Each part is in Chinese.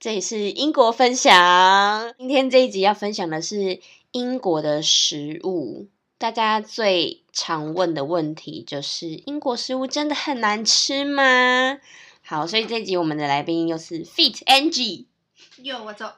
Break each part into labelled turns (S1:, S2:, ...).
S1: 这里是英国分享。今天这一集要分享的是英国的食物。大家最常问的问题就是：英国食物真的很难吃吗？好，所以这一集我们的来宾又是 Fit Angie，
S2: 有我走，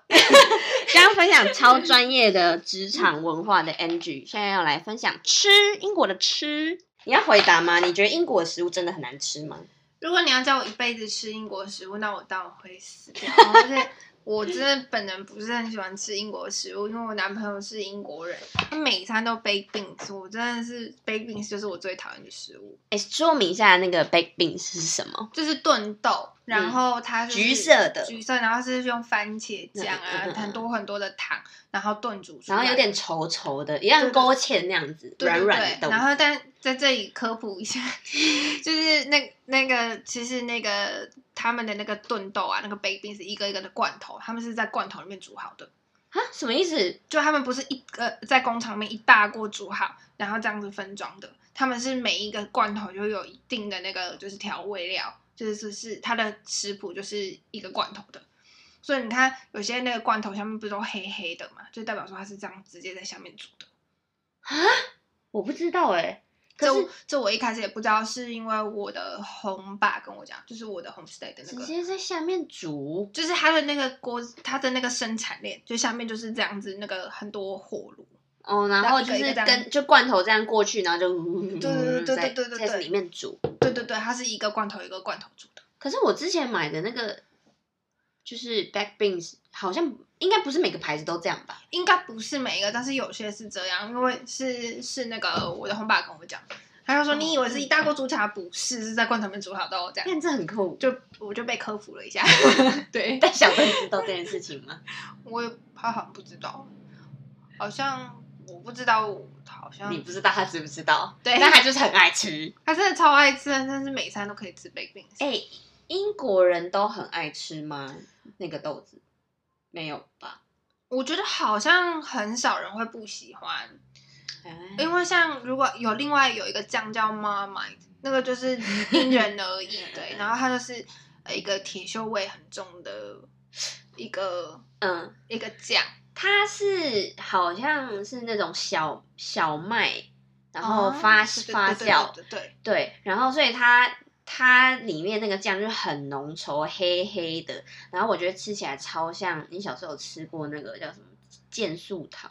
S1: 刚刚分享超专业的职场文化的 Angie，现在要来分享吃英国的吃。你要回答吗？你觉得英国的食物真的很难吃吗？
S2: 如果你要叫我一辈子吃英国食物，那我当然会死掉。而且我真的本人不是很喜欢吃英国食物，因为我男朋友是英国人，他每餐都 baked beans，我真的是 baked beans 就是我最讨厌的食物，
S1: 哎，说明一下那个 baked beans 是什么？
S2: 就是炖豆，然后它就
S1: 嗯
S2: 是
S1: 橘色的
S2: 橘色，然后是用番茄酱啊，
S1: 嗯嗯嗯嗯
S2: 很多很多的糖，然后炖煮出来，
S1: 然后有点稠稠的，一样
S2: 对对
S1: 勾芡那样子，
S2: 对
S1: 软
S2: 对
S1: 软
S2: 对
S1: 的豆
S2: 然
S1: 腐。
S2: 后，但在这里科普一下， 就是那那个，其实那个他们的那个炖豆啊，那个 baked beans 一个一个的罐头，他们是在罐头里面煮好的，
S1: 啊，什么意思？
S2: 就他们不是一个在工厂里面一大锅煮好，然后这样子分装的，他们是每一个罐头就有一定的那个就是调味料，就是就是它的食谱就是一个罐头的。所以你看，有些那个罐头下面不是都黑黑的嘛，就代表说它是这样直接在下面煮的。
S1: 我不知道哎、
S2: 这
S1: 可
S2: 我这我一开始也不知道，是因为我的红爸跟我讲，就是我的 homestay 的
S1: 是
S2: 那
S1: 直
S2: 个，
S1: 接在下面煮，
S2: 就是他的那个锅，他的那个生产链，就下面就是这样子，那个很多火炉，
S1: 哦，然
S2: 然
S1: 后
S2: 后
S1: 就
S2: 一
S1: 是
S2: 个一个这样
S1: 跟就罐头这样过去，然后就嗯
S2: 对对对对对对
S1: 在
S2: 对
S1: 在里面煮。
S2: 对对对，它是一个罐头一个罐头煮的，
S1: 可是我之前买的那个就是 back beans，好像应该不是每个牌子都这样吧？
S2: 应该不是每一个，但是有些是这样，因为是是那个我的红爸跟我讲，他就说
S1: 哦
S2: 你以为是一大锅煮起来，不是，是在罐头里面煮好的哦，这样
S1: 但这很酷。
S2: 就我就被科普了 一下，对，
S1: 但小朋友知道这件事情
S2: 嗯
S1: 吗？
S2: 我也他好像不知道，好像我不知道，好像
S1: 你不知道他知不知道？
S2: 对
S1: 但他就是很爱吃。
S2: 他真的超爱吃，但是每餐都可以吃 baked beans。
S1: 哎、英国人都很爱吃吗？那个豆子没有吧？
S2: 我觉得好像很少人会不喜欢，
S1: 哎，
S2: 因为像如果有另外有一个酱叫 Marmite，那个就是因人而异，对，然后它就是呃一个铁锈味很重的一个
S1: 嗯，
S2: 一个酱，
S1: 它是好像是那种小小麦，然后
S2: 哦
S1: 发、
S2: 对
S1: 发酵，
S2: 对对对对对
S1: 对，然后所以它它里面那个酱就很浓稠，黑黑的，然后我觉得吃起来超像你小时候有吃过那个叫什么健素糖，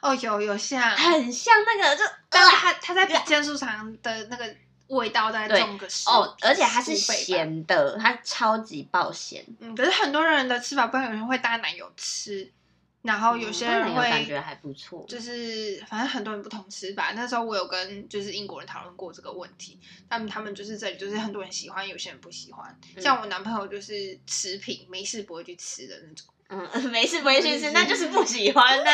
S2: 哦，有有像，
S1: 很像那个就
S2: 但是它它在比健素肠的那个味道再
S1: 啊对
S2: 重个十
S1: 哦，而且它是，
S2: 十五倍吧
S1: 咸的，它超级爆咸。
S2: 嗯，可是很多人的吃法不一样，有人会搭奶油吃，然后有些
S1: 嗯
S2: 人
S1: 当然有
S2: 会、
S1: 感觉还不错，
S2: 就是反正很多人不同吃法。那时候我有跟就是英国人讨论过这个问题，他们他们就是这里就是很多人喜欢，有些人不喜欢。
S1: 嗯
S2: 像我男朋友就是持平，没事不会去吃的那种。
S1: 嗯，没事不会去吃，那就是不喜欢 呐、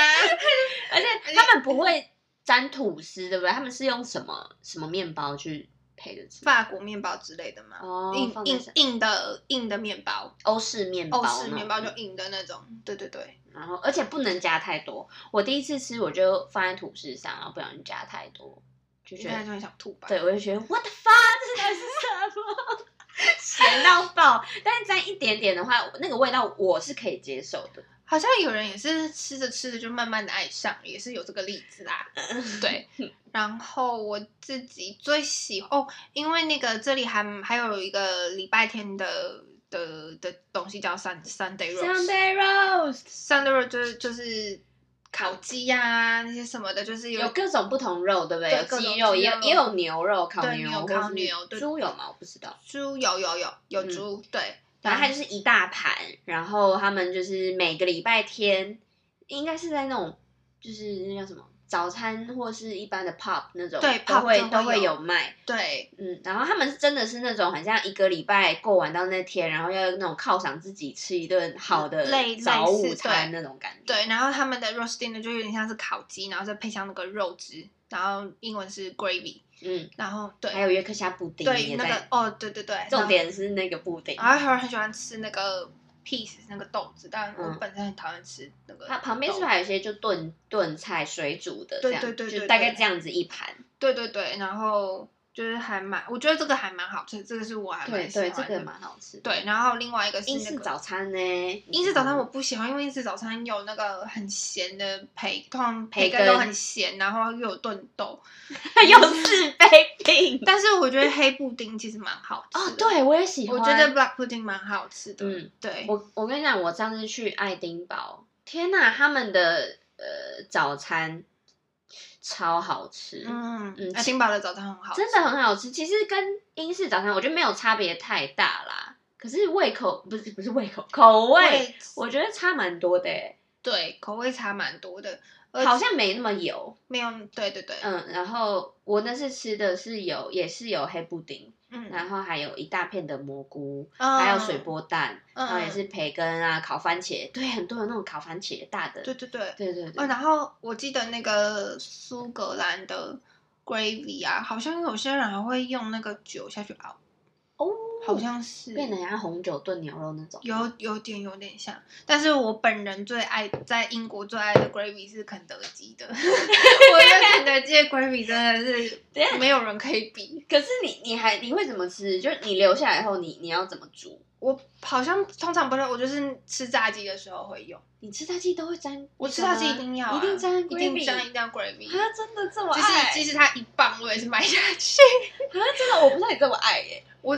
S1: 而且他们不会沾吐司，对不对？他们是用什么什么面包去配着吃？
S2: 法国面包之类的嘛，
S1: 哦，
S2: 硬
S1: 放在
S2: 硬
S1: 什
S2: 硬的硬的面包，
S1: 欧式面包
S2: 欧
S1: 那嗯种，
S2: 式面包就硬的那种。对对对，
S1: 然后而且不能加太多。我第一次吃我就放在吐司上，然后不小心加太多，就
S2: 你
S1: 觉
S2: 看
S1: 得
S2: 就很想吐吧。
S1: 对，我就觉得 what the fuck，这才是什么？ 咸到爆，但是沾一点点的话，那个味道我是可以接受的。
S2: 好像有人也是吃着吃着就慢慢的爱上，也是有这个例子啦。
S1: 嗯
S2: 对，然后我自己最喜哦，因为那个这里还还有一个礼拜天的的的东西叫 Sun Sunday roast。
S1: Sunday roast
S2: Sunday roast 就是就是烤鸡呀、那些什么的，就是有
S1: 有各种不同肉，对不对？
S2: 对
S1: 有
S2: 各种
S1: 鸡肉，
S2: 鸡
S1: 也
S2: 肉
S1: 也有牛肉，烤
S2: 对
S1: 牛，
S2: 牛
S1: 或是
S2: 烤牛对
S1: 猪有吗？我不知道。
S2: 猪有有有有
S1: 嗯
S2: 猪，对，
S1: 反正它
S2: 就
S1: 就是一大盘，然后他们就是每个礼拜天，应该是在那种就是那叫什么早餐或是一般的 pub 那种，
S2: 对
S1: 都
S2: pub
S1: 会
S2: 都会
S1: 都会
S2: 有
S1: 有卖。
S2: 对
S1: 嗯，然后他们是真的是那种很像一个礼拜过完到那天，然后要那种犒赏自己吃一顿好的
S2: 类
S1: 早
S2: 类似
S1: 午餐那种感觉。
S2: 对，然后他们的 roasting 呢就有点像是烤鸡，然后再配上那个肉汁，然后英文是 gravy，
S1: 嗯，
S2: 然后对，
S1: 还有约克夏布丁
S2: 对，
S1: 也
S2: 那
S1: 在，
S2: 个啊哦，对对对，
S1: 重。点是那个布丁，
S2: 然后还有人很喜欢吃那个 peas 那个豆子，但我
S1: 嗯
S2: 本身很讨厌吃那个豆。
S1: 它旁边是不是还有一些就炖炖菜水煮的这
S2: 对
S1: 样，
S2: 对对对
S1: 就
S2: 对
S1: 大概这样子一盘。
S2: 对对对，然后就是还蛮，我觉得这个还蛮好吃，这个是我还蛮
S1: 对
S2: 喜欢
S1: 对，
S2: 的。
S1: 这个蛮好吃的。
S2: 对，然后另外一个是、那
S1: 英
S2: 个、
S1: 式早餐呢？
S2: 英式早 餐我不喜欢，因为英式早餐有那个很咸的培，通常培
S1: 培
S2: 根都
S1: 根
S2: 很咸，然后又有炖豆。
S1: 有自卑病
S2: 但是我觉得黑布丁其实蛮好吃的。
S1: 哦，，对我也喜欢。
S2: 我觉得 black pudding 蛮好吃的。
S1: 嗯，
S2: 对，
S1: 我我跟你讲，我上次去爱丁堡，天呐，他们的呃早餐超好吃，
S2: 嗯
S1: 嗯，
S2: 爱丁堡的早餐很好吃，
S1: 真的很好吃。其实跟英式早餐我觉得没有差别太大啦，可是胃口不是不是胃口口味，
S2: 味
S1: 我觉得差蛮多的欸、
S2: 对口味差蛮多的，而
S1: 好
S2: 且
S1: 像没那么油。
S2: 没有对对对，
S1: 嗯，然后我那次吃的是有也是有黑布丁，
S2: 嗯，
S1: 然后还有一大片的蘑菇，
S2: 嗯
S1: 还有水，波蛋，
S2: 嗯
S1: 然后也是培根啊，烤番茄，对，很多有那种烤番茄大的，
S2: 对对对。
S1: 对对对
S2: 哦，，然后我记得那个苏格兰的 gravy 啊，好像有些人还会用那个酒下去熬，
S1: 哦，
S2: 好像是
S1: 变得像红酒炖牛肉那种，
S2: 有有点有点像，但是我本人最爱在英国最爱的 gravy 是肯德基 的，我觉得肯德基的 gravy 真的是
S1: 等一下
S2: 没有人可以比。
S1: 可是你你还你会怎么吃？就是你留下来后你，你要怎么煮？
S2: 我好像通常不是，我就是吃炸鸡的时候会用，
S1: 你吃炸鸡都会沾，
S2: 我吃炸鸡一定要、啊，
S1: 一定沾
S2: 一定
S1: gravy
S2: 沾一定要 gravy，
S1: 啊，真的这么
S2: 即
S1: 爱？
S2: 使即使它一磅我也是买下去。
S1: 啊，真的我不知道你这么爱耶、
S2: 我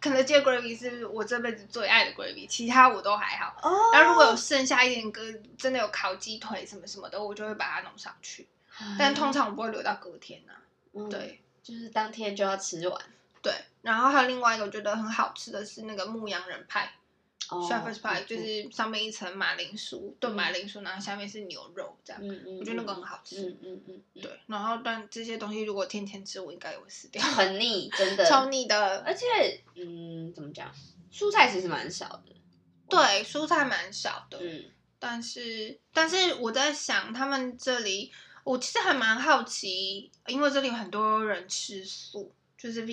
S2: 肯德基的 gravy 是我这辈子最爱的 gravy，其他我都还好。
S1: 哦
S2: 然后如果有剩下一点个真的有烤鸡腿什么什么的，我就会把它弄上去。但通常我不会留到隔天呐、啊
S1: 嗯
S2: 对
S1: 就是当天就要吃完。
S2: 对，然后还有另外一个我觉得很好吃的是那个牧羊人派、
S1: 哦
S2: s h e p h e r s pie，就
S1: 嗯
S2: 是上面一层马铃薯炖马铃薯，然后下面是牛肉这样。
S1: 嗯嗯，
S2: 我觉得那个很好吃，
S1: 嗯嗯嗯嗯，
S2: 对。然后但这些东西如果天天吃，我应该也会死掉，
S1: 很腻，真的
S2: 超腻的。呃
S1: 而且，嗯，怎么讲，蔬菜其实蛮少的。
S2: 对，蔬菜蛮少的，
S1: 嗯，
S2: 但是，但是我在想，他们这里，我其实还蛮好奇，因为这里有很多人吃素，就是
S1: 对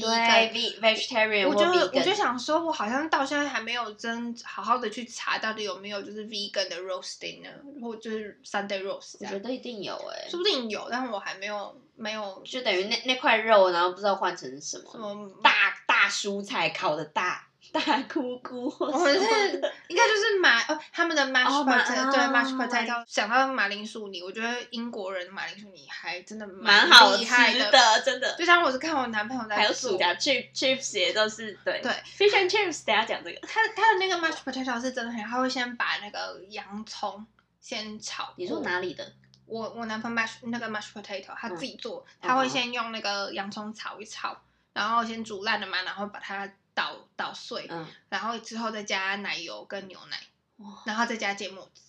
S1: ，ve
S2: vegan。
S1: vegetarian
S2: 我
S1: 或
S2: 就我就
S1: vegan，
S2: 想说，我好像到现在还没有真好好的去查到底有没有就是 vegan 的 roast dinner，或就是 Sunday roast
S1: 我
S2: 这
S1: 觉
S2: 样，
S1: 得一定有哎、
S2: 说不定有，但我还没有没有
S1: 就等于那那块肉，然后不知道换成什么
S2: 什么
S1: 大大蔬菜烤的大大菇菇或
S2: 我
S1: 什
S2: 们是
S1: 么的。
S2: 应该就是马哦，他们的 mash
S1: 哦马
S2: potato、对
S1: 哦
S2: mash potato。想到马铃薯泥，我觉得英国人的马铃薯泥还真的
S1: 蛮好
S2: 厉
S1: 吃
S2: 害
S1: 的，真的。
S2: 就像我是看我男朋友在
S1: 还有
S2: 做
S1: 薯条 chip chips 也都是对
S2: 对哦
S1: ，fish and chips。等一下讲这个，
S2: 他他的那个 mash potato 是真的很好，他会先把那个洋葱先炒过。
S1: 你说哪里的？
S2: 我我男朋友 mash 那个 mash potato 他自己
S1: 嗯
S2: 做，他会先用那个洋葱炒一炒，然后先煮烂了嘛，然后把它捣捣碎，
S1: 嗯，
S2: 然后之后再加奶油跟牛奶，
S1: 哇，
S2: 然后再加芥末汁。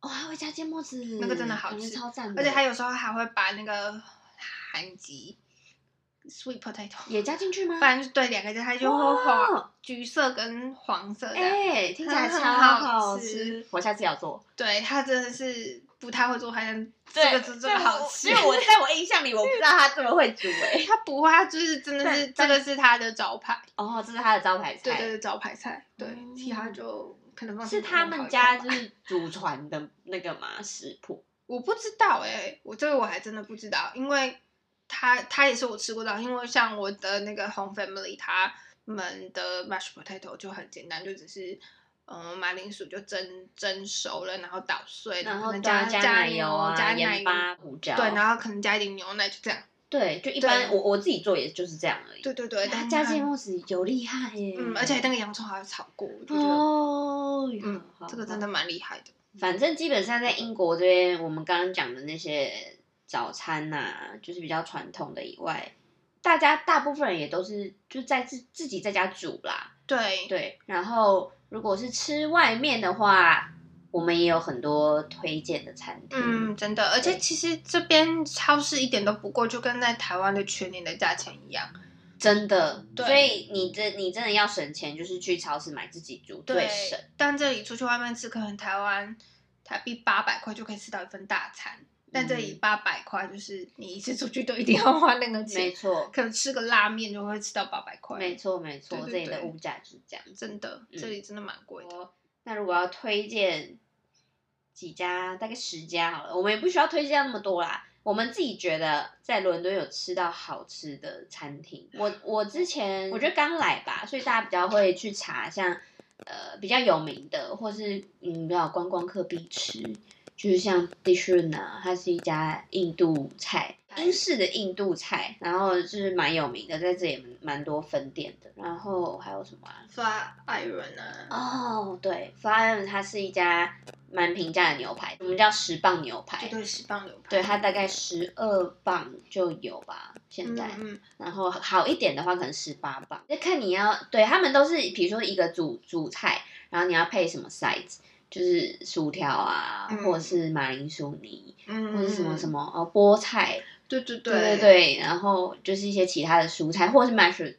S1: 哦，还会加芥末子，
S2: 那个真的好
S1: 感觉
S2: 吃
S1: 超赞的。
S2: 而且他有时候还会把那个韩籍 sweet potato，
S1: 也加进去吗？
S2: 反正对两个加，它就会黄橘色跟黄色的。
S1: 哎、听起来
S2: 很
S1: 超
S2: 好
S1: 好
S2: 吃
S1: 吃，我下次要做。
S2: 对，它真的是不太会做，但这个真的好吃
S1: 因。为我在我印象里，我不知道他这么会煮哎、
S2: 它不会，它就是真的是这
S1: 但
S2: 个是它的招牌，
S1: 哦，这是他的招牌菜，
S2: 对对对，招牌菜。对，
S1: 嗯
S2: 其他就可能放
S1: 是
S2: 心
S1: 他
S2: 烤
S1: 们
S2: 一
S1: 家
S2: 烤
S1: 就
S2: 吧
S1: 是祖传的那个嘛食谱。
S2: 我不知道哎、我这个我还真的不知道，因为它它也是我吃过的，因为像我的那个 home family，他们的 mash potato 就很简单，就只是嗯马铃薯就蒸蒸熟了，然后捣碎，
S1: 然
S2: 后可
S1: 后
S2: 能
S1: 加
S2: 加
S1: 奶
S2: 牛、
S1: 油啊、
S2: 加奶
S1: 盐巴、胡椒，
S2: 对，然后可能加一点牛奶，就这样。
S1: 对，就一般
S2: 对
S1: 我我自己做也就是这样而已。
S2: 对对对，
S1: 他
S2: 但
S1: 啊加
S2: 它
S1: 芥末子有厉害耶，
S2: 嗯，而且那个洋葱还要炒过，我就觉得、
S1: 哦，
S2: 嗯
S1: 好，
S2: 这个
S1: 好
S2: 真的蛮厉害的。
S1: 反正基本上在英国这边，我们刚刚讲的那些早餐呐、就是比较传统的以外，大家大部分人也都是就在自自己在家煮啦。
S2: 对，
S1: 对，然后如果是吃外面的话，我们也有很多推荐的餐厅。
S2: 嗯，真的，而且
S1: 对
S2: 其实这边超市一点都不贵，就跟在台湾的全年的价钱一样。
S1: 真的，
S2: 对
S1: 所以你真你真的要省钱，就是去超市买自己煮最
S2: 对
S1: 省。，
S2: 但这里出去外面吃，可能台湾台币八百块就可以吃到一份大餐，但
S1: 嗯
S2: 这里八百块就是你一次出去都一定要花那个
S1: 没
S2: 钱，
S1: 错，
S2: 可能吃个拉面就会吃到八百块，
S1: 没错，没错，
S2: 对对
S1: 这里的
S2: 对
S1: 物价就是这样子。
S2: 真的，
S1: 嗯哦
S2: 这里真的蛮贵的。
S1: 那如果要推荐几家，大概十家好了，我们也不需要推荐那么多啦。我们自己觉得在伦敦有吃到好吃的餐厅。我我之前我觉得刚来吧，所以大家比较会去查像呃比较有名的，或是嗯比较观光客必吃，就是像 Dishun 啊，它是一家印度菜，英式的印度菜，然后就是蛮有名的，在这里也蛮多分店的。然后还有什么啊？
S2: 发艾伦啊，
S1: 哦，对 f l y 它是一家蛮平价的牛排，我们叫十磅牛
S2: 就
S1: 排，
S2: 对，十磅牛排，
S1: 对，它大概十二磅就有吧，现在。
S2: 嗯嗯，
S1: 然后好一点的话，可能十八磅，就看你要对他们都是，比如说一个主主菜，然后你要配什么 sides，就是薯条啊，
S2: 嗯
S1: 或者是马铃薯泥，
S2: 嗯
S1: 或者是什么什
S2: 么，
S1: 么哦菠菜，
S2: 对对
S1: 对对
S2: 对
S1: 对，然后就是一些其他的蔬菜，或者是 mash，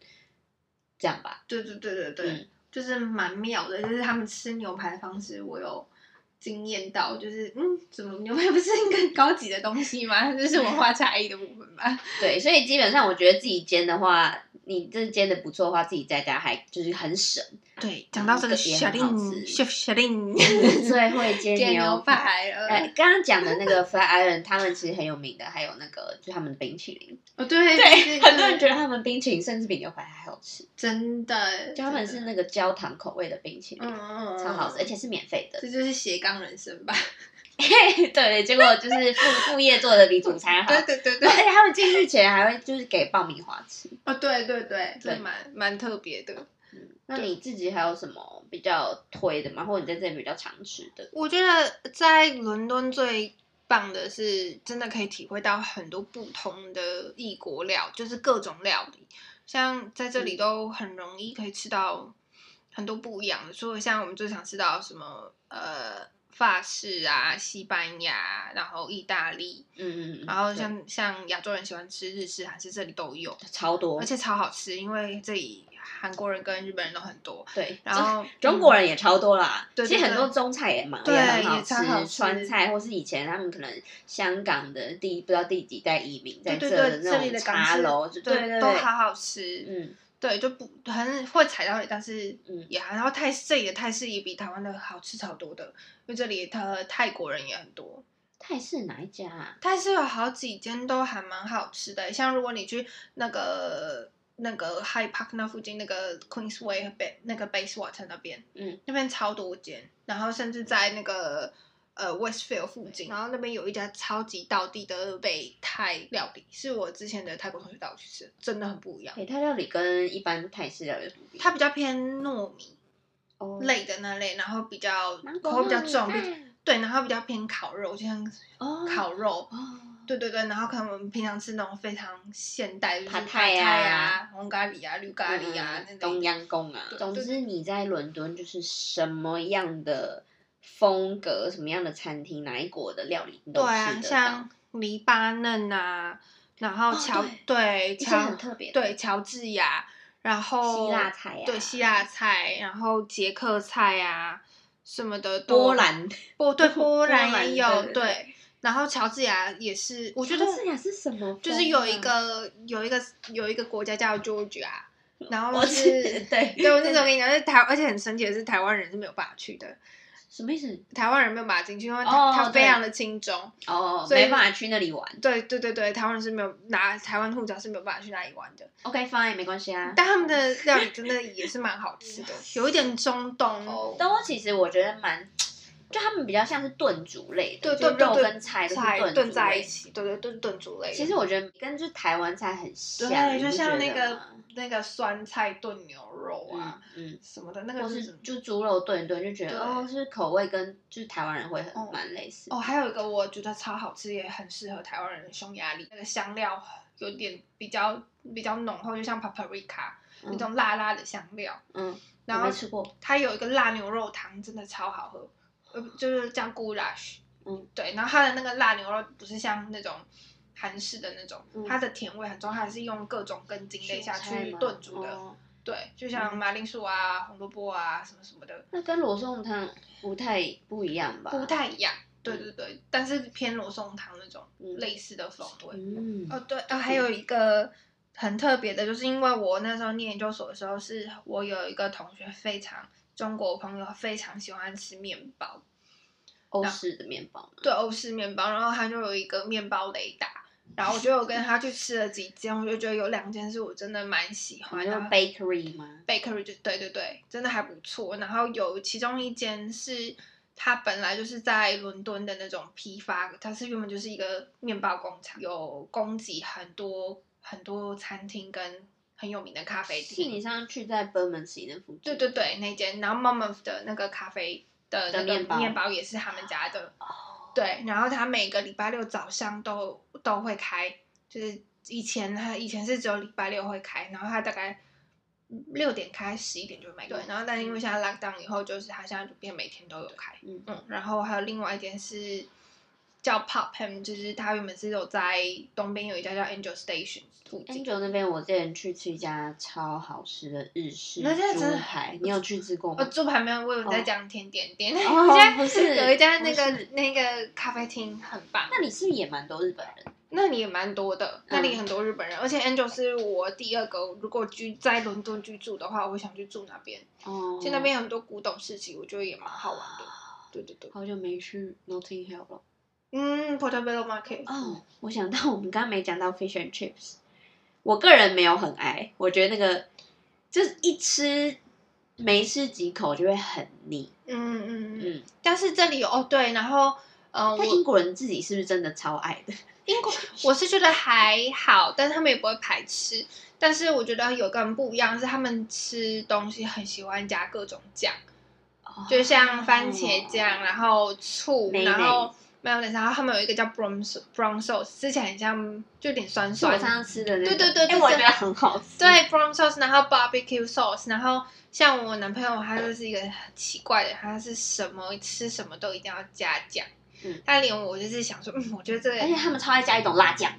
S1: 这样吧，
S2: 对对对对对，
S1: 嗯
S2: 就是蛮妙的，就是他们吃牛排的方式，我有惊艳到，就是嗯，怎么牛排不是一个很高级的东西吗？这是文化差异的部分吧？
S1: 对，所以基本上我觉得自己煎的话，你这煎的不错的话，自己在家还就是很省，
S2: 对，讲到这个
S1: 这也
S2: 小
S1: 很
S2: 令
S1: 好吃
S2: ，chef 小 令
S1: 最会煎
S2: 煎嗯牛
S1: 牛排。
S2: 排了，
S1: 呃，刚刚讲的那个 Flat Iron，他们其实很有名的，还有那个就是他们的冰淇淋，
S2: 哦对
S1: 对，很多人觉得
S2: 得
S1: 他们冰淇淋甚至比牛排还好吃，
S2: 真的，
S1: 就他们
S2: 真
S1: 是
S2: 的
S1: 那个焦糖口味的冰淇淋
S2: 嗯，嗯嗯，
S1: 超好吃，
S2: 嗯
S1: 而且是免费的。
S2: 这就是斜杠人生吧？
S1: 对 对，结果就是副副业做的比主 餐好，
S2: 对对对对
S1: 而，且他们进去前还会就是给爆米花吃。
S2: 哦对对对，这
S1: 对
S2: 蛮蛮特别的。
S1: 那你自己还有什么比较推的吗？或者你在这里比较常吃的？
S2: 我觉得在伦敦最棒的是，真的可以体会到很多不同的异国料，就是各种料理，像在这
S1: 嗯
S2: 里都很容易可以吃到很多不一样的。所以像我们最常吃到什么呃法式啊、西班牙，然后意大利，
S1: 嗯嗯嗯，
S2: 然后
S1: 对
S2: 像像亚洲人喜欢吃日式、韩式，这里都有，
S1: 超多，
S2: 而且超好吃，因为这里韩国人跟日本人都很多，
S1: 对，
S2: 然后
S1: 啊中中国人也超多啦。
S2: 对对
S1: 其实很多中菜也蛮
S2: 对
S1: 也很好
S2: 也超好吃
S1: 川菜或是以前他们可能香港的第不知道第几代移民在
S2: 对
S1: 这
S2: 对对，这
S1: 那
S2: 里
S1: 种
S2: 的港
S1: 茶
S2: 式
S1: 楼，就对对
S2: 都
S1: 对，
S2: 好好吃，
S1: 嗯
S2: 对，就不很会踩到你，但是
S1: 嗯
S2: 也还好。泰这里的泰式也比台湾的好吃超多的，因为这里的泰国人也很多。
S1: 泰式哪一家啊？
S2: 泰式有好几间都还蛮好吃的，像如果你去那个那个 High Park 那附近那个 Queensway 和北那个 Bayswater 那边，
S1: 嗯，
S2: 那边超多间，然后甚至在那个呃 Westfield 附近，然后那边有一家超级道地的北泰料理，是我之前的泰国同学带我去吃的，真的很不一样。
S1: 北泰料理跟一般泰式料理有什么不一样
S2: 它比较偏糯米
S1: 哦
S2: 类的那类，然后比较
S1: 芒
S2: 口
S1: 果
S2: 味比较重，比
S1: 糯
S2: 对，然后比较偏烤肉，就像
S1: 哦
S2: 烤肉，
S1: 哦，
S2: 对对对，然后可能我们平常吃那种非常现代，就是
S1: 帕
S2: 帕
S1: 泰啊
S2: 啊、红咖喱啊、绿咖喱啊
S1: 嗯
S2: 那
S1: 东
S2: 种。
S1: 阳宫啊
S2: 对。
S1: 总
S2: 对
S1: 之你在伦敦就是什么样的风格、什么样的餐厅、哪一国的料理你
S2: 对
S1: 都
S2: 啊，
S1: 吃得到
S2: 像，黎巴嫩啊，然后
S1: 哦
S2: 乔对
S1: 一些
S2: 乔
S1: 很特别的
S2: 对乔治亚，然后
S1: 希腊菜啊呀，
S2: 对希腊菜，然后捷克菜啊什么的都，
S1: 波兰，
S2: 波对 波
S1: 波
S2: 兰
S1: 兰
S2: 也有
S1: 对对
S2: 对，然后乔治亚也是，我觉得
S1: 乔治亚是什么？啊
S2: 就是有一，个有一个有一个国家叫 Georgia，然后
S1: 我
S2: 就
S1: 知
S2: 是
S1: 对
S2: 对我那时候跟你讲，就是台，而且很神奇的是，台湾人是没有办法去的，
S1: 什么意思？
S2: 台湾人没有办法进去，因为它、
S1: 哦
S2: 它
S1: 对
S2: 非常的轻松。
S1: 哦，
S2: 所以
S1: 没办法去那里玩。
S2: 对对对对，台湾人是没有拿台湾护照是没有办法去那里玩的，
S1: OK fine，没关系啊。
S2: 但他们的料理真的也是蛮好吃的， 有一点中东。
S1: 都其实我觉得蛮，就他们比较像是炖煮类
S2: 对
S1: 的，
S2: 对
S1: 就
S2: 对
S1: 肉
S2: 对
S1: 跟菜都
S2: 菜
S1: 是
S2: 炖
S1: 炖
S2: 在一
S1: 起。
S2: 起，对对炖炖煮类的。
S1: 其实我觉得跟就台湾菜很像，
S2: 对，
S1: 你
S2: 就
S1: 不
S2: 像
S1: 觉
S2: 那
S1: 得
S2: 个
S1: 吗
S2: 那个酸菜炖牛肉啊、
S1: 嗯嗯。
S2: 什么的，那
S1: 或
S2: 个是
S1: 是
S2: 什么？
S1: 就猪肉炖一炖，就觉
S2: 对
S1: 得哦，是口味跟就是台湾人会
S2: 哦
S1: 很蛮类似
S2: 哦，还有一个我觉得超好吃，也很适合台湾人的匈牙利，那个香料有点比较比较浓厚，就像 paprika
S1: 嗯
S2: 那种辣辣的香料。
S1: 嗯，
S2: 然
S1: 我
S2: 后
S1: 没吃过，
S2: 它有一个辣牛肉汤，真的超好喝，呃，就是叫 goulash。
S1: 嗯，
S2: 对，然后它的那个辣牛肉不是像那种韩式的那种，
S1: 嗯
S2: 它的甜味很重，它还是用各种根茎类下
S1: 蔬菜
S2: 去
S1: 吗
S2: 炖煮的。
S1: 哦
S2: 对，就像
S1: 嗯
S2: 马铃薯啊、红萝卜啊什么什么的，
S1: 那跟罗宋汤不太不一样吧？
S2: 不太一样。对对对，但是偏罗宋汤那种
S1: 嗯
S2: 类似的风味。
S1: 嗯
S2: 哦，对，哦，还有一个很特别的，就是因为我那时候念研究所的时候，是我有一个同学非常中国朋友非常喜欢吃面包，
S1: 欧式的面包吗？
S2: 对欧式面包，然后它就有一个面包雷达，然后我就有跟他去吃了几间，我就觉得有两间是我真的蛮喜
S1: 好
S2: 欢的
S1: 像 bakery 吗？
S2: ，bakery 就对对对，真的还不错。然后有其中一间是它本来就是在伦敦的那种批发，它是原本就是一个面包工厂，有供给很多很多餐厅跟很有名的咖啡
S1: 是你
S2: 厅。
S1: 上去在 Bermondsey 那附近？
S2: 对对对，那间，然后 m o m o t 的那个咖啡的
S1: 的
S2: 那个
S1: 面包
S2: 面包也是他们家的。
S1: 哦，
S2: 对，然后他每个礼拜六早上都都会开，就是以前他以前是只有礼拜六会开，然后他大概六点开，十一点就卖。对，然后但因为现在 lockdown 以后，就是他现在就变每天都有开。
S1: 嗯，
S2: 嗯，然后还有另外一间是叫 Pop Ham，就是他原本是有在东边有一家叫 Angel Station 附近。
S1: Angel 那边我之前去吃一家超好吃的日式
S2: 那家真的
S1: 猪排，你有去吃过
S2: 呃，
S1: 吗？
S2: 猪排没有，我有在
S1: 哦
S2: 讲甜点店，
S1: 哦
S2: 一家
S1: 不是
S2: 有一家那
S1: 不
S2: 个
S1: 是
S2: 那个咖啡厅很棒。嗯
S1: 那你是不是也蛮多日本人？
S2: 那里也蛮多的，那里很多日本人，而且 Angel 是我第二个，如果居在伦敦居住的话，我想去住那边，
S1: 哦，
S2: 去那边有很多古董市集，我觉得也蛮好玩的。哦对对对，
S1: 好久没去 Notting Hill 了。
S2: 嗯，Portobello Market，
S1: 哦，我想到我们刚刚没讲到 fish and chips，我个人没有很爱，我觉得那个就是一吃没吃几口就会很腻。
S2: 嗯嗯嗯，
S1: 嗯，
S2: 但是这里有哦对，然后呃，
S1: 但
S2: 我
S1: 英国人自己是不是真的超爱的？
S2: 英国我是觉得还好，但他们也不会排斥，但是我觉得有个人不一样是他们吃东西很喜欢加各种酱。就像番茄
S1: 哦
S2: 酱，然后醋，
S1: Mayonnaise
S2: 然后 mayonnaise，然后他们有一个叫 brown sau- brown sauce，吃起来很像就有点酸
S1: 是我
S2: 酸。
S1: 上次吃的那个
S2: 对对对
S1: 哎，
S2: 对
S1: 我
S2: 对
S1: 觉得很好吃。
S2: 对 brown sauce，然后 barbecue sauce，然后像我男朋友他就是一个很奇怪的人，他是什么吃什么都一定要加酱。
S1: 嗯
S2: 他连我就是想说，嗯，我觉得这
S1: 而且
S2: 个
S1: 他们超爱加一种辣酱，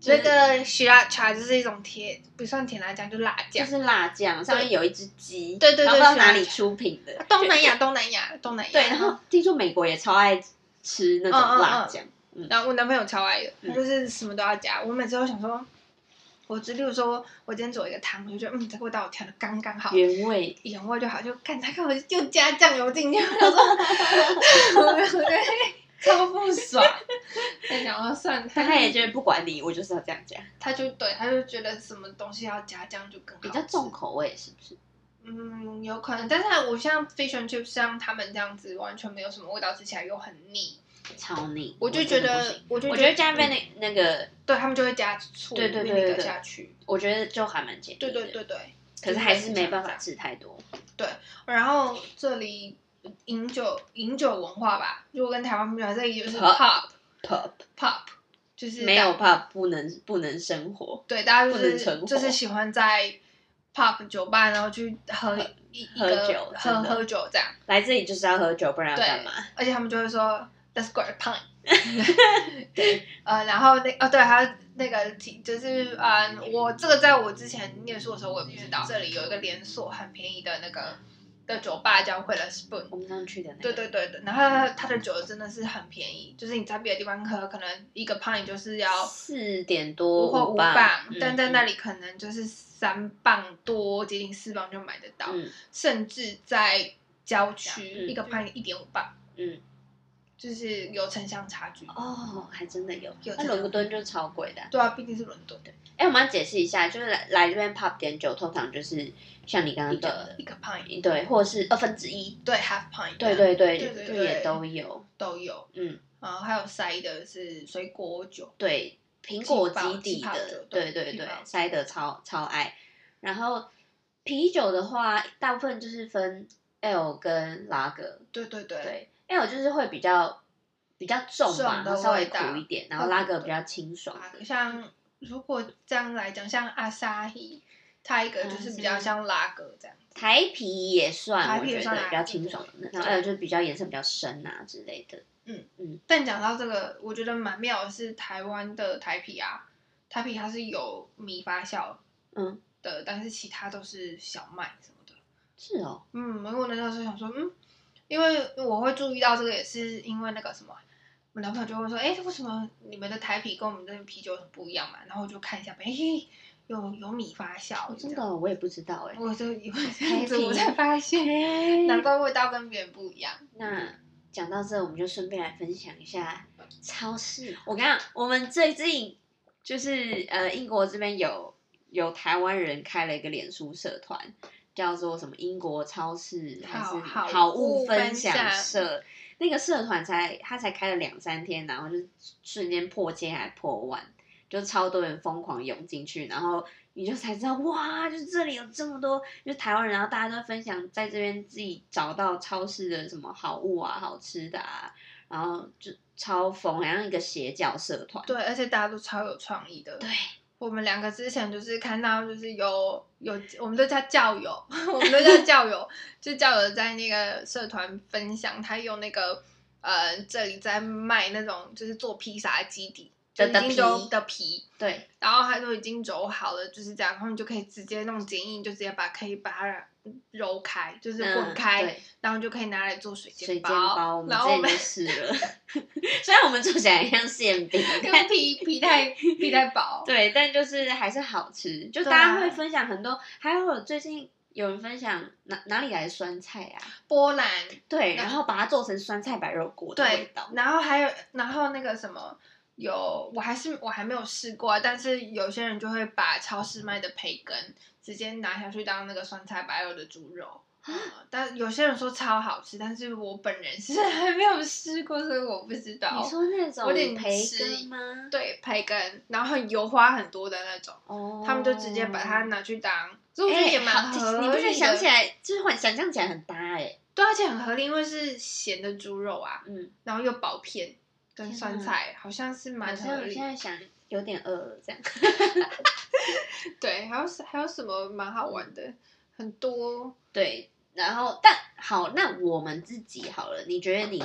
S2: 这个希腊茶就是一种甜，不算甜辣酱，就辣
S1: 就
S2: 酱。
S1: 是辣酱，上面有一只鸡，
S2: 对对对
S1: 然后不知道哪里
S2: 是辣酱
S1: 出品的，
S2: 啊东南 亚，东南亚，东南亚。
S1: 对，然后听说美国也超爱吃那种
S2: 嗯嗯嗯
S1: 辣酱，
S2: 然后我男朋友超爱的，
S1: 嗯
S2: 他就是什么都要加。我每次都想说，我只例如说，我今天做一个汤，我就觉得嗯，这个味道我调的刚刚好，
S1: 原 味。
S2: 原味就好，就看他看我又加酱油进去，我 说，我就超不 爽。他想说算了，
S1: 但他也觉得不管你，我就是要这样加，
S2: 他就对，他就觉得什么东西要加酱就更好，
S1: 比较重。口味是不是？
S2: 嗯，有可能，但是我像 fish and chips 像他们这样子，完全没有什么味道，吃起来又很腻。
S1: 超腻。
S2: 我就觉
S1: 真的不行，，
S2: 得我就
S1: 我觉得加
S2: 加
S1: 面那那个，
S2: 对他们就会加醋，
S1: 对对对对
S2: vinegar
S1: 对
S2: 下去。
S1: 我觉得就还蛮简单。
S2: 对对。对对。
S1: 可是还是没办法吃太多。
S2: 然后这里饮酒饮酒文化吧，如果跟台湾不一样，这里就是
S1: Pub
S2: pop
S1: pub
S2: pop，就是
S1: 没有 pub
S2: 大
S1: 不能不能生活，
S2: 对大家就
S1: 不能存
S2: 是
S1: 活
S2: 就是喜欢在 pub 酒吧，然后去喝一一
S1: 喝
S2: 个
S1: 酒
S2: 喝
S1: 真的
S2: 喝酒这样，
S1: 来这里就是要喝酒，不然要
S2: 对
S1: 干嘛？
S2: 而且他们就会说 Let's go to pint，对，呃，然后那哦对，还有那个提就是嗯，我这个在我之前念书的时候我也不知道，这里有一个连锁很便宜的那个的酒吧叫 w h i l e Spoon。
S1: 我们刚去的那个。
S2: 对对对的，然后它它的酒真的是很便宜，就是你在别的地方喝，可能一个 pint 就是要
S1: 四点
S2: 五
S1: 多
S2: 或五
S1: 磅嗯
S2: 磅，，但在那
S1: 里，
S2: 里可能就是三磅多，接近四磅就买得到，
S1: 嗯，
S2: 甚至在郊区
S1: 嗯
S2: 一个 pint 一点五磅，
S1: 嗯，
S2: 就是有城乡差距。
S1: 哦，还真的有
S2: 有，
S1: 那
S2: 这个
S1: 伦敦就超贵的啊。
S2: 对啊，毕竟是伦敦的，
S1: 哎，我们要解释一下，就是来来这边 pub 点酒，通常就是像你刚
S2: 一
S1: 刚讲
S2: 个
S1: 的
S2: 一，个 pint，
S1: 对，或者是二分之一，
S2: 对 half pint，
S1: 对对啊对，
S2: 对对
S1: 就
S2: 对
S1: 也都有，
S2: 都有，
S1: 嗯，
S2: 然后还有塞的是水果酒，
S1: 对，苹果
S2: 气泡
S1: 基底
S2: 气泡酒
S1: 的，
S2: 对
S1: 对对
S2: 气
S1: 对
S2: 泡，
S1: 塞的超超爱。然后啤酒的话，大部分就是分 L 跟拉格，
S2: 对对对，
S1: 对，L 就是会比较比较重
S2: 重
S1: 吧，
S2: 的
S1: 然后稍微
S2: 味道
S1: 苦一点，然后
S2: 会
S1: 拉
S2: 苦
S1: 格
S2: 的
S1: 比较清爽。
S2: 像如果这样来讲，像阿萨伊，它一个就是比
S1: 啊
S2: 较像拉格这样子。
S1: 台啤也算，
S2: 台
S1: 我
S2: 啤也
S1: 觉
S2: 算
S1: 得
S2: 啊
S1: 比较
S2: 对
S1: 清
S2: 对
S1: 爽的，
S2: 对
S1: 然后 L 就是比较颜色比较深啊之类的。
S2: 但讲到这个，我觉得蛮妙的是台湾的台啤啊，台啤它是有米发酵
S1: 嗯，
S2: 的，但是其他都是小麦什么的。
S1: 是哦，
S2: 嗯，因为我那时候想说，嗯，因为我会注意到这个，也是因为那个什么，我男朋友就会说，哎、为什么你们的台啤跟我们这边啤酒很不一样嘛？然后我就看一下，哎、有有米发酵，
S1: 哦真的哦我也不知道哎。
S2: 我就以为这样子，我才发现，
S1: 哎
S2: 难怪味道跟别人不一样。
S1: 那讲到这，我们就顺便来分享一下超市。我跟你讲，我们最近就是呃，英国这边有有台湾人开了一个脸书社团，叫做什么英国超市还
S2: 好
S1: 是
S2: 好
S1: 好物
S2: 物分
S1: 分享
S2: 享
S1: 社。那个社团才他才开了两三天，然后就瞬间破千还破万，就超多人疯狂涌进去，然后你就才知道哇，就这里有这么多，就台湾人，然后大家都分享在这边自己找到超市的什么好物啊、好吃的啊，然后就超疯，好像一个邪教社团。
S2: 对，而且大家都超有创意的。
S1: 对，
S2: 我们两个之前就是看到，就是有有，我们都叫教友， 我们都叫教友，就教友在那个社团分享，他用那个呃这里在卖那种就是做披萨的基底
S1: 的
S2: 就已经都
S1: 的皮
S2: 的皮，
S1: 对
S2: 然后他都已经揉好了，就是这样，然后你就可以直接弄剪影，就直接把可以把它揉开，就是滚
S1: 嗯
S2: 开，
S1: 对
S2: 然后就可以拿来做水
S1: 水
S2: 煎
S1: 煎包，我们
S2: 然后我
S1: 之
S2: 们
S1: 前就试了， 虽然我们做起来像馅饼，
S2: 因
S1: 但
S2: 为皮皮太皮太薄，
S1: 对，但就是还是好吃，就
S2: 对
S1: 大
S2: 啊
S1: 家会分享很多，还有最近有人分享哪哪里来的酸菜啊，
S2: 波兰
S1: 对，
S2: 那
S1: 然后把它做成酸菜白肉锅的味
S2: 对
S1: 道，，
S2: 然后还有，然后那个什么，有我还是我还没有试过啊，但是有些人就会把超市卖的培根直接拿下去当那个酸菜白肉的猪肉。嗯
S1: 啊
S2: 但有些人说超好吃，但是我本人是 还没有试过，所以我不知道。
S1: 你说那种
S2: 有点
S1: 培
S2: 迟疑
S1: 根吗？
S2: 对培根，然后油花很多的那种，
S1: 哦，
S2: 他们就直接把它拿去当，所以我觉得
S1: 哎，
S2: 也蛮
S1: 好
S2: 合理
S1: 你
S2: 的。
S1: 不觉得想起来就是很想象起来很搭哎、
S2: 对，而且很合理，因为是咸的猪肉啊，
S1: 嗯，
S2: 然后又薄片跟
S1: 天
S2: 酸
S1: 哪
S2: 菜，好像是
S1: 好
S2: 蛮合
S1: 像
S2: 理
S1: 现
S2: 的。
S1: 在想有点饿了这样。
S2: 对，还有什还有什么蛮好玩的？很多
S1: 对，然后但好，那我们自己好了，你觉得你，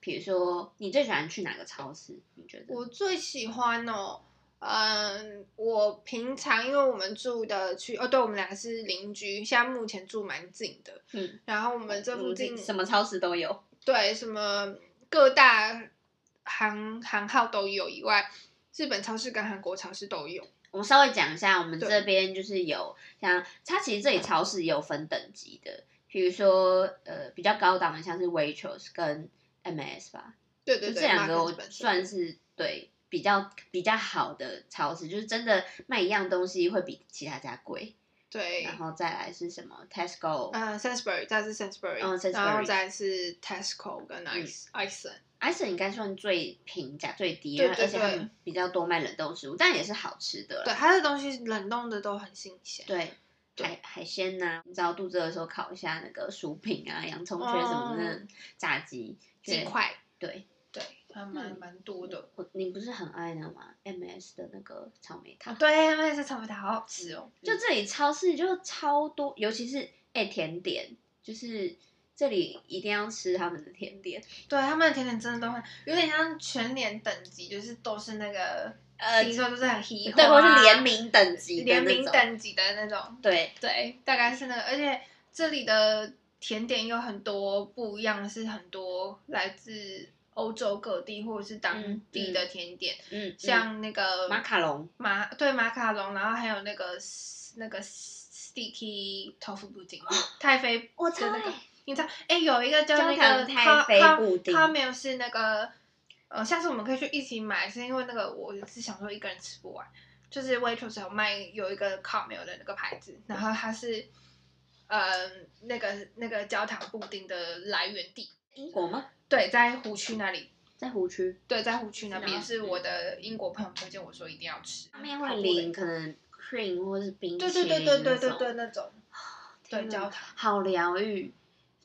S1: 比如说你最喜欢去哪个超市？你觉得？
S2: 我最喜欢哦，嗯，我平常因为我们住的区哦，对，我们两个是邻居，现在目前住蛮近的。
S1: 嗯，
S2: 然后我们这附
S1: 我
S2: 近
S1: 什么超市都有。
S2: 对什么各大行行号都有以外，日本超市跟韩国超市都有。
S1: 我们稍微讲一下，我们
S2: 对
S1: 这边就是有像它其实这里超市也有分等级的，比如说呃比较高档的像是 Waitrose 跟 MS 吧，
S2: 对
S1: 就
S2: 对
S1: 这
S2: 对，
S1: 两个
S2: 马克
S1: 我
S2: 日本是
S1: 算是对比较比较好的超市，就是真的卖一样东西会比其他家贵。
S2: 对
S1: 然。后再来是什么 Tesco、
S2: 呃，Sainsbury，再是 Sainsbury，、
S1: 嗯
S2: 然后
S1: Sainsbury 嗯
S2: 再是 Tesco 跟 Ice、Iceland。
S1: 艾森应该算最平价、最低，
S2: 对
S1: 然后
S2: 对
S1: 而且他
S2: 对
S1: 们比较多卖冷冻食物，但也是好吃的
S2: 对，
S1: 啦。
S2: 它的东西冷冻的都很新鲜。
S1: 对
S2: 对
S1: 海海鲜呐、你知道肚子饿的时候烤一下那个薯品啊、洋葱圈什么的，
S2: 哦
S1: 炸鸡
S2: 鸡。
S1: 觉得
S2: 块，
S1: 对，
S2: 对，还蛮
S1: 嗯
S2: 蛮多的。
S1: 我你不是很爱那个吗？MS 的那个草莓塔，
S2: 啊，对，那些草莓塔好好吃哦。
S1: 就
S2: 就
S1: 这里超市就超多，尤其是哎、甜点，就是这里一定要吃他们的甜点。
S2: 对他们的甜点真的都很，有点像全年等级，就是都是那个，
S1: 呃
S2: 听说就是很稀
S1: 对，或是
S2: 花
S1: 联名等级的
S2: 联
S1: 那
S2: 名
S1: 种
S2: 等级的那种。
S1: 对，
S2: 对，大概是那个，而且这里的甜点有很多不一样，是很多来自欧洲各地或者是当
S1: 嗯
S2: 地的甜点，
S1: 嗯，嗯
S2: 像那个
S1: 马卡龙。
S2: 马对马卡龙，然后还有那个 s- 那个 sticky tofu 布丁，
S1: 哦
S2: 太妃
S1: 我
S2: 的那
S1: 超
S2: 个
S1: 爱，
S2: 你知道？哎，有一个叫那
S1: 焦糖
S2: 个
S1: 太
S2: 它
S1: 妃
S2: 它
S1: 布丁
S2: 它没有是那个，呃，下次我们可以去一起买，是因为那个我是想说一个人吃不完，就是 waitress 有卖有一个 caramel 的那个牌子，然后它是。呃，那个那个焦糖布丁的来源地，
S1: 英国吗？
S2: 对，在湖区那里，
S1: 在湖区
S2: 对，在湖区那边
S1: 是吗嗯
S2: 是我的英国朋友推荐我说一定要吃，
S1: 上面会淋可能 cream 或是冰
S2: 对
S1: 淇
S2: 对
S1: 淋
S2: 对对对对
S1: 那
S2: 对，
S1: 种，哦
S2: 那种对
S1: 天哪
S2: 焦糖
S1: 好疗愈。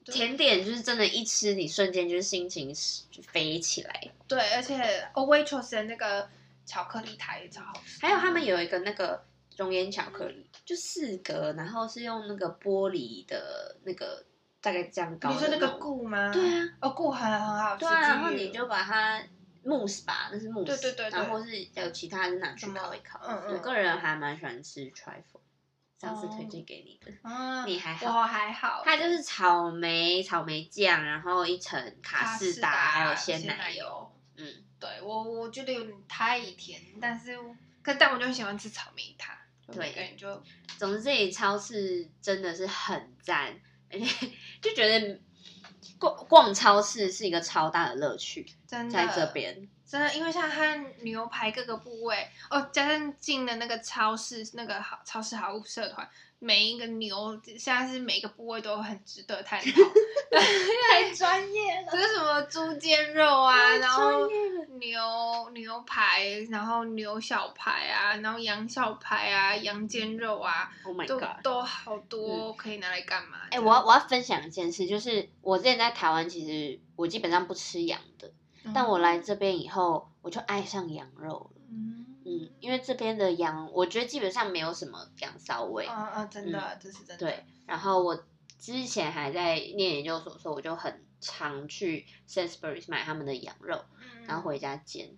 S2: 对
S1: 甜点就是真的，一吃你瞬间就是心情就飞起来。
S2: 对，而且 o w a i t r o s 的那个巧克力塔也超好吃。
S1: 还有他们有一个那个熔岩巧克力，就四格，然后是用那个玻璃的那个大概这样高
S2: 你说
S1: 的
S2: 那
S1: 那
S2: 个
S1: 种。
S2: 固吗？
S1: 对，啊，
S2: 哦，固很很好吃。
S1: 对啊，
S2: 鲫鱼
S1: 然后你就把它 mousse 吧，那是 mousse，
S2: 对对对对
S1: 然后或是还有其他的拿去
S2: 什么
S1: 烤一烤。
S2: 嗯嗯
S1: 我个人还蛮喜欢吃 trifle，上次推荐给你的。
S2: 啊，
S1: 你还好
S2: 我还好，
S1: 它就是草莓草莓酱，然后一层卡士达，还有鲜
S2: 奶
S1: 奶油。
S2: 油。
S1: 嗯，
S2: 对我我觉得有点太甜，但是可但我就很喜欢吃草莓塔。就
S1: 对
S2: 每个人就
S1: 总之这里超市真的是很赞，而且就觉得逛逛超市是一个超大的乐趣，
S2: 真的
S1: 在这边
S2: 真的，因为像它牛排各个部位哦，加上进了那个超市那个好超市好物社团，每一个牛现在是每一个部位都很值得探讨，
S3: 太专业了
S2: 这。是什么猪肩肉啊，
S3: 太
S2: 然后
S3: 专业了
S2: 牛牛排，然后牛小排啊，然后羊小排啊，羊肩肉啊，
S1: ，Oh my
S2: 都
S1: god！嗯
S2: 都好多可以拿来干嘛？
S1: 哎、我要我要分享一件事，就是我之前在台湾，其实我基本上不吃羊的，
S2: 嗯
S1: 但我来这边以后，我就爱上羊肉了。
S2: 嗯
S1: 嗯，因为这边的羊，我觉得基本上没有什么羊骚味。
S2: 啊啊，真的，这是真的，
S1: 嗯对，然后我之前还在念研究所的时候，我就很常去 Sainsbury's 买他们的羊肉，
S2: 嗯，
S1: 然后回嗯家煎。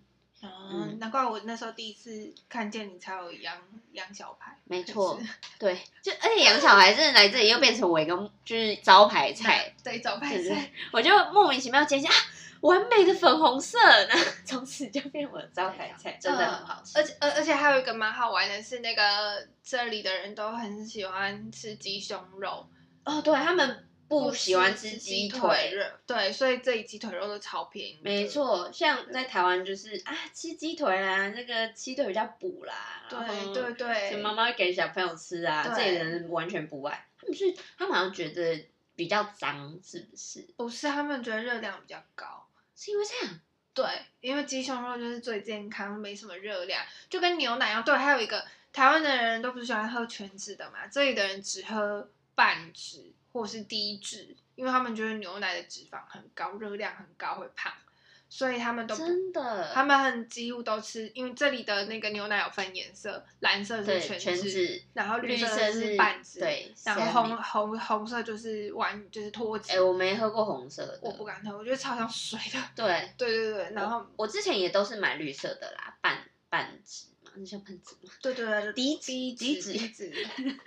S2: 哦，难怪我那时候第一次看见你才有羊羊小排，
S1: 没错
S2: 真是，
S1: 对，就而且养小孩真的来这里又变成我一个就是招牌菜，
S2: 对招牌
S1: 对对
S2: 菜
S1: 对，我就莫名其妙接下、啊、完美的粉红色，然后从此就变我的招牌菜，真的很好吃。
S2: 而且而而且还有一个蛮好玩的是，那个这里的人都很喜欢吃鸡胸肉，
S1: 哦，对他们不
S2: 吃
S1: 喜欢吃鸡
S2: 鸡
S1: 腿，
S2: 肉，对，所以这里鸡腿肉都超便宜，
S1: 没。错，像在台湾就是啊，吃鸡腿啦，那个鸡腿比较补啦，然
S2: 对
S1: 后
S2: 对对，
S1: 所以妈妈会给小朋友吃啊，这
S2: 对
S1: 里人完全不爱，他们是他们好像觉得比较脏，是不是？
S2: 不是他们觉得热量比较高，
S1: 是因为这样？
S2: 对，因为鸡胸肉就是最健康，没什么热量，就跟牛奶一样。对，还有一个台湾的人都不是喜欢喝全脂的嘛，这里的人只喝半脂或是低脂，因为他们觉得牛奶的脂肪很高，热量很高会胖，所以他们都不
S1: 真的，
S2: 他们很几乎都吃，因为这里的那个牛奶有分颜色，蓝色
S1: 对
S2: 是
S1: 全
S2: 全
S1: 脂
S2: 然后
S1: 绿
S2: 色
S1: 是
S2: 半脂，
S1: 对，
S2: 然后
S1: salmon
S2: 红红红色就是完就是脱脂。
S1: 哎、我没喝过红色的，
S2: 我不敢喝，我觉得超像水的。
S1: 对，
S2: 对对对，然后
S1: 我之前也都是买绿色的啦，半半纸嘛，那叫半纸吗？
S2: 对对对，
S1: 低
S2: 低
S1: 低
S2: 脂
S1: 脂
S2: 低脂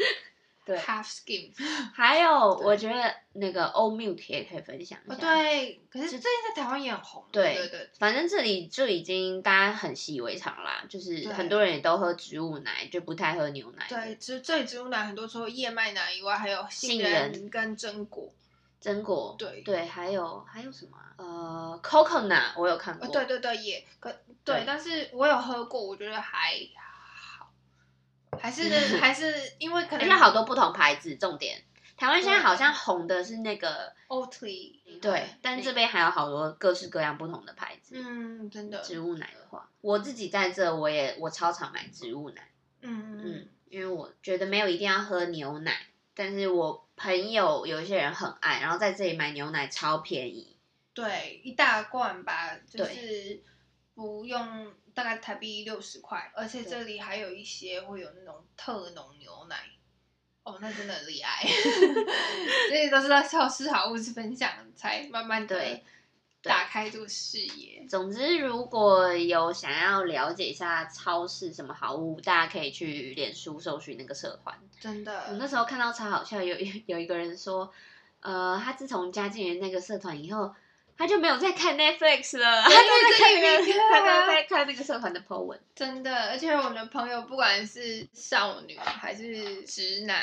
S1: 对
S2: ，half skin。
S1: 还有我觉得那个 oat milk 也可以分享一
S2: 哦，
S1: 下。
S2: 对，可是最近在台湾也很红。
S1: 对
S2: 对对，
S1: 反正这里就已经大家很习以为常啦，就是
S2: 对
S1: 很多人也都喝植物奶，就不太喝牛奶。
S2: 对，，其实这里植物奶很多，除了燕麦奶以外，还有
S1: 杏
S2: 杏
S1: 仁
S2: 仁跟榛果。
S1: 榛果，
S2: 对
S1: 对，还有还有什么啊、呃，coconut 我有看
S2: 呃
S1: 过，
S2: 对对对，也可对
S1: 对，
S2: 但是我有喝过，我觉得还好，还 是还是因为可
S1: 而
S2: 能
S1: 且哎好多不同牌子。重点，台湾现在
S2: 对
S1: 好像红的是那个，
S2: Oatly
S1: 对，但这边还有好多各式各样不同的牌子。
S2: 嗯，真的，
S1: 植物奶的话，我自己在这我也我超常买植物奶，
S2: 嗯
S1: 嗯，因为我觉得没有一定要喝牛奶，但是我朋友有一些人很爱，然后在这里买牛奶超便宜，
S2: 对，一大罐吧，就是不用大概台币六十块，而且
S1: 对
S2: 这里还有一些会有那种特浓牛奶，哦，那真的很 厉害，这些都是在超市好物是分享才慢慢的
S1: 对对
S2: 打开这个视野。
S1: 总之，如果有想要了解一下超市什么好物，大家可以去脸书搜寻那个社团。
S2: 真的，
S1: 我那时候看到超好笑，有有有一 个人说，呃，他自从加进了那个社团以后，他就没有在看 Netflix 了，他都在看那个，啊
S2: 对对对
S1: 他都在看那个社团的 po 文。
S2: 真的，而且我的朋友不管是少女还是直男，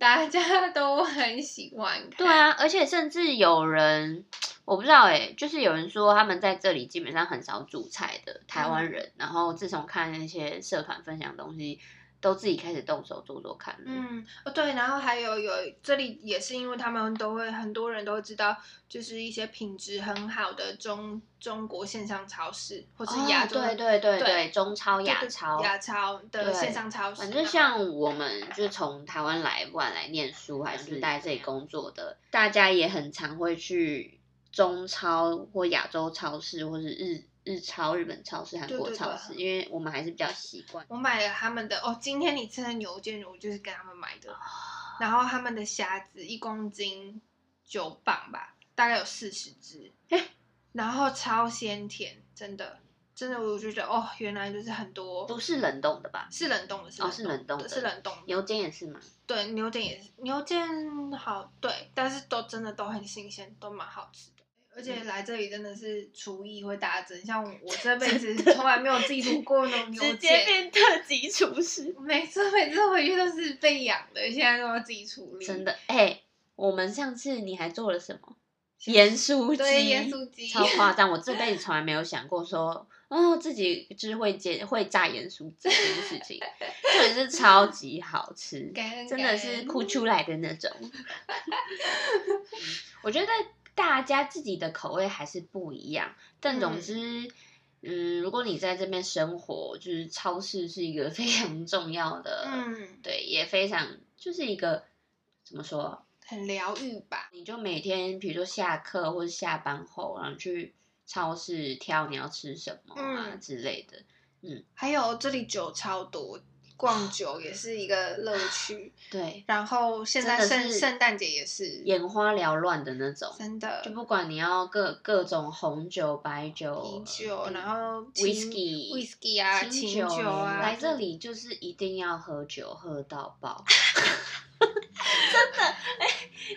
S2: 大家都很喜欢看。
S1: 对，啊，而且甚至有人，我不知道哎、就是有人说他们在这里基本上很少煮菜的台湾人，然后自从看那些社团分享的东西，都自己开始动手做做看了。
S2: 嗯，哦对，然后还有有这里也是因为他们都会很多人都会知道，就是一些品质很好的中中国线上超市或是亚
S1: 哦
S2: 洲、
S1: 对对对
S2: 对
S1: 对，中超、
S2: 对
S1: 亚
S2: 对
S1: 超，
S2: 亚超的
S1: 对
S2: 线上超市，
S1: 反正
S2: 然后
S1: 像我们就是从台湾来，不管来念书还是啊在这里工作的，大家也很常会去中超或亚洲超市，或是日日超、日本超市、韩
S2: 对
S1: 国
S2: 对对
S1: 超市，因为我们还是比较习惯。
S2: 我买了他们的哦，今天你吃的牛腱乳就是跟他们买
S1: 哦
S2: 的，然后他们的虾子一公斤九磅吧，大概有四十 只，然后超鲜甜，真的真的，我就觉得哦，原来就是很多
S1: 不是冷冻的吧？
S2: 是冷冻的，是
S1: 哦是冷冻的
S2: 的，是冷冻的。
S1: 牛筋也是吗？
S2: 对，牛腱也是，牛腱好对，但是都真的都很新鲜，都蛮好吃的。
S1: 嗯
S2: 而且来这里真的是厨艺会大增，像我这辈子从来没有自己煮过那 种牛腱，
S1: 变特级厨师，
S2: 每次每次回去都是被养的，现在都要自己处理。
S1: 真的哎、我们上次你还做了什么？盐酥
S2: 对，
S1: 鸡，
S2: 盐酥鸡，
S1: 超夸张！我这辈子从来没有想过说，哦，自己就是会煎会炸盐酥鸡这件事情，真的是超级好吃，
S2: 感恩
S1: 真的是哭出来的那 种。我觉得大家自己的口味还是不一样，但总
S2: 嗯
S1: 之，嗯，如果你在这边生活，就是超市是一个 非常重要的，
S2: 嗯，
S1: 对，也非常就是一个怎么说，
S2: 很疗愈吧。
S1: 你就每天，比如说下课或者下班后，然后去超市挑你要吃什么啊、
S2: 嗯
S1: 之类的。
S2: 还有这里酒超多，
S1: 啊
S2: 逛酒也是一个乐趣。
S1: 对，
S2: 然后现在
S1: 真的
S2: 圣
S1: 是
S2: 圣诞节也是，
S1: 眼花缭乱的那种，
S2: 真
S1: 就
S2: 的
S1: 不管你要各各种红酒、白酒、
S2: 啤酒，
S1: 嗯
S2: 然后
S1: whisky
S2: whisky 啊，清
S1: 酒
S2: 酒啊，
S1: 来这里就是一定要喝酒，喝到 爆。真的，哎、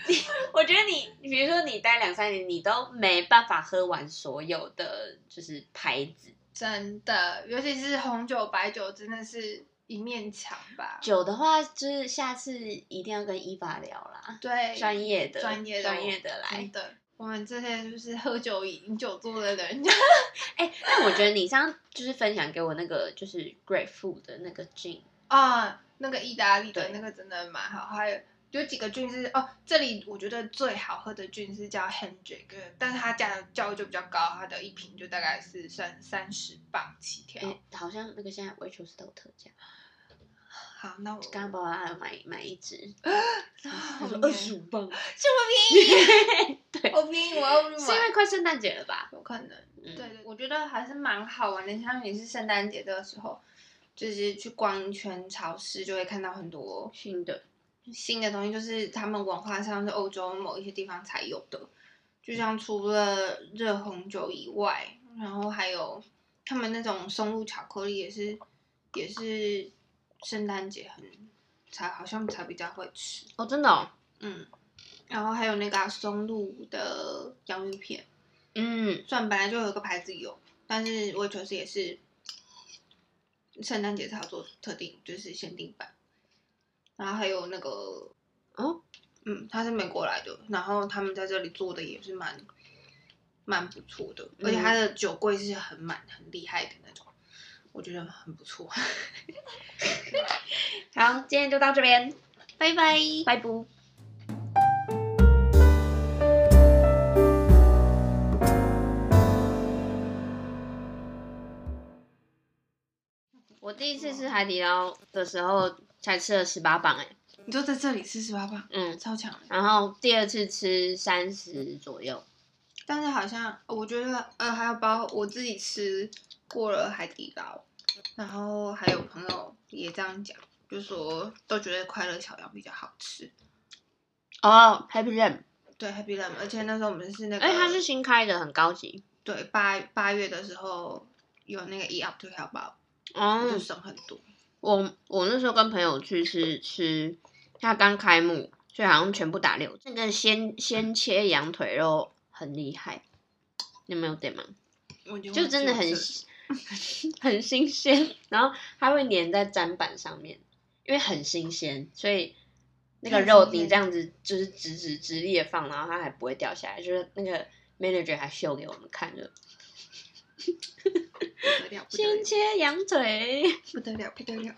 S1: 你我觉得你，比如说你待两三年，你都没办法喝完所有的就是牌子。
S2: 真的，尤其是红酒、白酒，真的是一面墙吧。
S1: 酒的话，就是下次一定要跟伊法聊啦，
S2: 对，
S1: 专业的，嗯
S2: 专业的哦
S1: 专业的来
S2: 真。的，我们这些就是喝酒饮酒做的人，就
S1: 哎、但我觉得你上就是分享给我那个就是 grapefruit 的那个 gin，
S2: 啊，那个意大利的
S1: 对
S2: 那个真的蛮好，还有有几个菌是哦，这里我觉得最好喝的菌是叫 Hendrick，但是它价价位就比较高，它的一瓶就大概是算三十磅起跳。
S1: 哎、好像那个现在 waitress 都有特价，
S2: 好，那我
S1: 刚刚爸爸买买一 支，他
S2: 他
S1: 说二十五磅，
S2: 我便宜我要入
S1: 是因
S2: 买，
S1: 为快圣诞节了吧？
S2: 有可能。
S1: 嗯，
S2: 对对，我觉得还是蛮好玩的。像也是圣诞节的时候，就是去逛一圈超市，就会看到很多
S1: 新的，
S2: 新的东西，就是他们文化上是欧洲某一些地方才有的。就像除了热红酒以外，然后还有他们那种松露巧克力也是，也是圣诞节很才好像才比较会吃。
S1: 哦，真的、哦，
S2: 嗯，然后还有那个啊、松露的洋芋片。
S1: 嗯，
S2: 虽然本来就有一个牌子有，但是 Waitrose 也是圣诞节才有做特定，就是限定版。然后还有那个，
S1: 哦，
S2: 嗯，它是美国来的，然后他们在这里做的也是蛮蛮不错的，而且它的酒柜是很满、很厉害的那种，我觉得很不错。
S1: 好，今天就到这边，
S2: 拜拜。
S1: 拜拜。我第一次吃海底捞的时候才吃了十八磅哎、
S2: 你就在这里吃十八磅，
S1: 嗯，
S2: 超强的。
S1: 然后第二次吃三十左右，
S2: 但是好像我觉得，呃，还有包括我自己吃过了海底捞，然后还有朋友也这样讲，就说都觉得快乐小羊比较好吃。
S1: 哦、h a p p y Ram，
S2: 对，Happy Lamb，而且那时候我们是那个，
S1: 哎、它是新开的，很高级
S2: 对八八月的时候有那个 E Up 推销包，
S1: 哦。
S2: 就省很多。
S1: 我我那时候跟朋友去是吃，它刚开幕，所以好像全部打六折。那个先先切羊腿肉很厉害，你们有点吗？
S2: 我已经忘记
S1: 就真的很
S2: 我吃
S1: 很新 鲜，然后它会粘在砧板上面，因为很新鲜，所以那个
S2: 很
S1: 肉
S2: 新鲜
S1: 你这样子就是直直直立的放，然后它还不会掉下来。就是那个 manager 还秀给我们看，就
S2: 不得了，不得
S1: 先
S2: 了，
S1: 切羊腿。
S2: 不得了，不得了。